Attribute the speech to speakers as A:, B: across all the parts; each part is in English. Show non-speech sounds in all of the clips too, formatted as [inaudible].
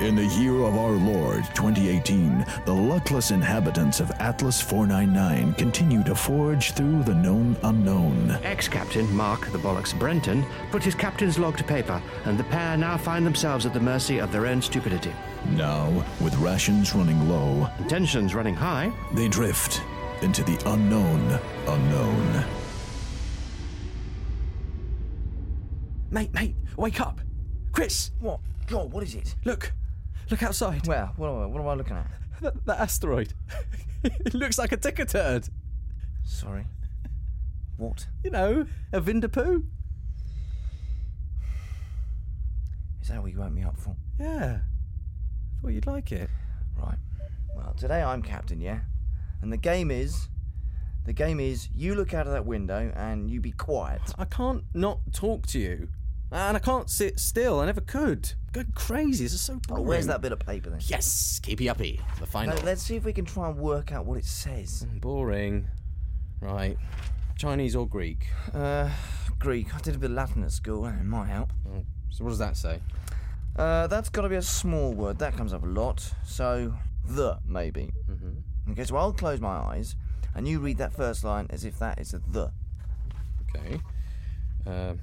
A: In the year of our Lord 2018, the luckless inhabitants of Atlas 499 continue to forge through the known unknown.
B: Ex captain Mark the Bollocks Brenton put his captain's log to paper, and the pair now find themselves at the mercy of their own stupidity.
A: Now, with rations running low,
B: and tensions running high,
A: they drift into the unknown unknown.
C: Mate, mate, wake up! Chris!
D: What? God, what is it?
C: Look! Look outside!
D: Where? What, what am I looking at?
C: That, that asteroid. [laughs] it looks like a ticker turd.
D: Sorry. What?
C: You know, a Vindapoo.
D: Is that what you woke me up for?
C: Yeah. Thought you'd like it.
D: Right. Well, today I'm captain, yeah? And the game is. The game is you look out of that window and you be quiet.
C: I can't not talk to you. And I can't sit still. I never could. Go crazy. This is so
D: Oh,
C: boring.
D: where's that bit of paper then?
E: Yes, keepy uppy. The
D: No,
E: final.
D: let's see if we can try and work out what it says.
C: Boring. Right. Chinese or Greek?
D: Uh, Greek. I did a bit of Latin at school, and it might help.
C: So what does that say?
D: Uh, that's got to be a small word. That comes up a lot. So, the, maybe. Mm-hmm. Okay, so I'll close my eyes, and you read that first line as if that is a the.
C: Okay. Uh,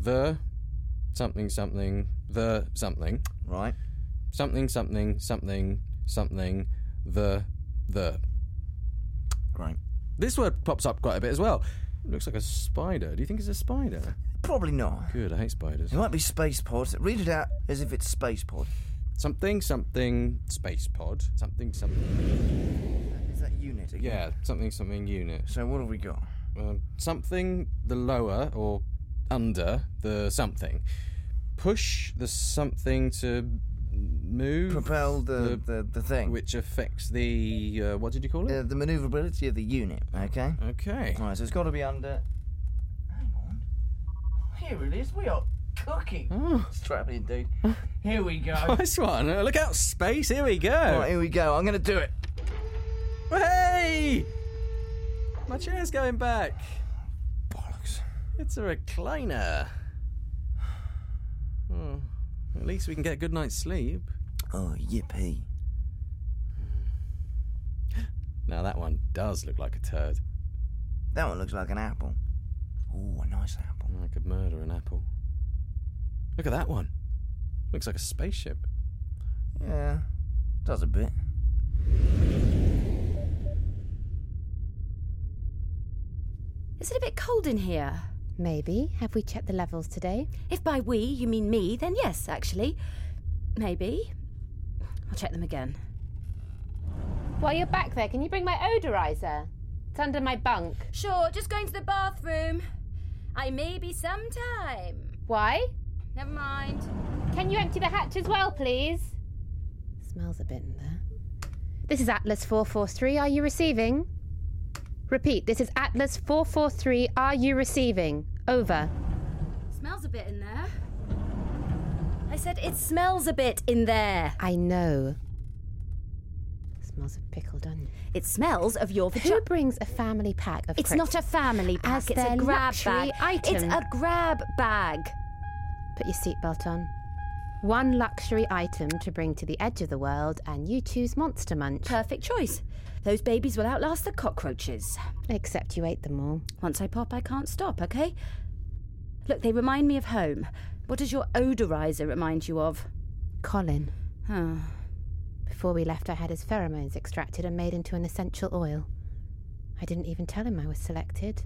C: the something something the something
D: Right?
C: something something something something the the.
D: Great.
C: This word pops up quite a bit as well. Looks like a spider. Do you think it's a spider?
D: Probably not.
C: Good. I hate spiders.
D: It might be space pod. Read it out as if it's space pod.
C: Something something space pod. Something something.
D: Is that unit again?
C: Yeah. Something something unit.
D: So what have we got?
C: um, something the lower or under the something. Push the something to move,
D: Propel the the, the, thing.
C: which affects the uh, what did you call
D: Uh,
C: it?
D: the maneuverability of the unit. Okay.
C: okay.
D: Right. So it's got to be under. Hang on. Here it is. We are cooking.
C: Oh.
D: [laughs] It's traveling, dude. Here we go.
C: Nice one. Uh, Look out, space. Here we
D: All
C: go.
D: right. Here we go. I'm gonna do it.
C: Hey, my chair's going back.
D: Bollocks.
C: It's a recliner. [sighs] Hmm. At least we can get a good night's sleep.
D: Oh yippee.
C: Now that one does look like a turd.
D: That one looks like an apple. Ooh, a nice apple.
C: I could murder an apple. Look at that one. Looks like a spaceship.
D: Yeah. Does a bit.
F: Is it a bit cold in here?
G: Maybe. Have we checked the levels today?
F: If by we you mean me, then yes, actually. Maybe. I'll check them again.
G: While you're back there, can you bring my odorizer? It's under my bunk.
F: Sure, just going to the bathroom. I may be some time.
G: Why?
F: Never mind.
G: Can you empty the hatch as well, please? Smells a bit in there. This is Atlas 443. Are you receiving? Repeat, this is Atlas 443. Are you receiving? Over.
F: Smells a bit in there. I said it smells a bit in there.
G: I know. Smells of pickled onion.
F: It smells of your
G: Who
F: vagina.
G: brings a family pack of
F: It's
G: crisps?
F: not a family pack.
G: As
F: it's a
G: their
F: grab
G: luxury
F: bag. It's
G: item.
F: a grab bag.
G: Put your seatbelt on. One luxury item to bring to the edge of the world, and you choose Monster Munch.
F: Perfect choice. Those babies will outlast the cockroaches.
G: Except you ate them all.
F: Once I pop, I can't stop, okay? Look, they remind me of home. What does your odorizer remind you of?
G: Colin.
F: Huh.
G: Before we left, I had his pheromones extracted and made into an essential oil. I didn't even tell him I was selected.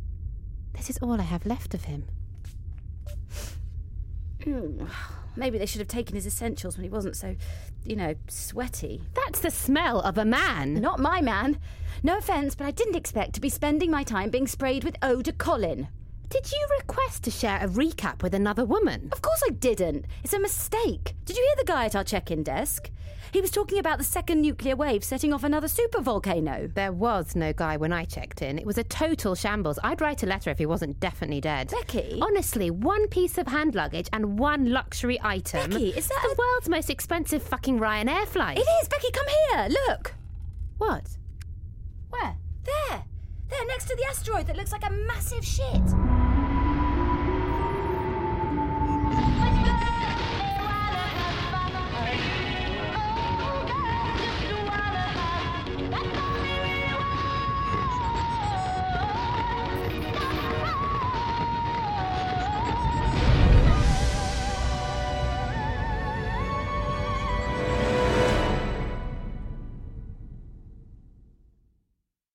G: This is all I have left of him.
F: Maybe they should have taken his essentials when he wasn't so, you know, sweaty.
G: That's the smell of a man!
F: Not my man. No offence, but I didn't expect to be spending my time being sprayed with eau de Colin.
G: Did you request to share a recap with another woman?
F: Of course I didn't. It's a mistake. Did you hear the guy at our check-in desk? He was talking about the second nuclear wave setting off another supervolcano.
G: There was no guy when I checked in. It was a total shambles. I'd write a letter if he wasn't definitely dead.
F: Becky?
G: Honestly, one piece of hand luggage and one luxury item.
F: Becky, is that
G: the
F: a-
G: world's most expensive fucking Ryanair flight?
F: It is, Becky, come here. Look.
G: What?
F: Where? There. There, next to the asteroid that looks like a massive shit.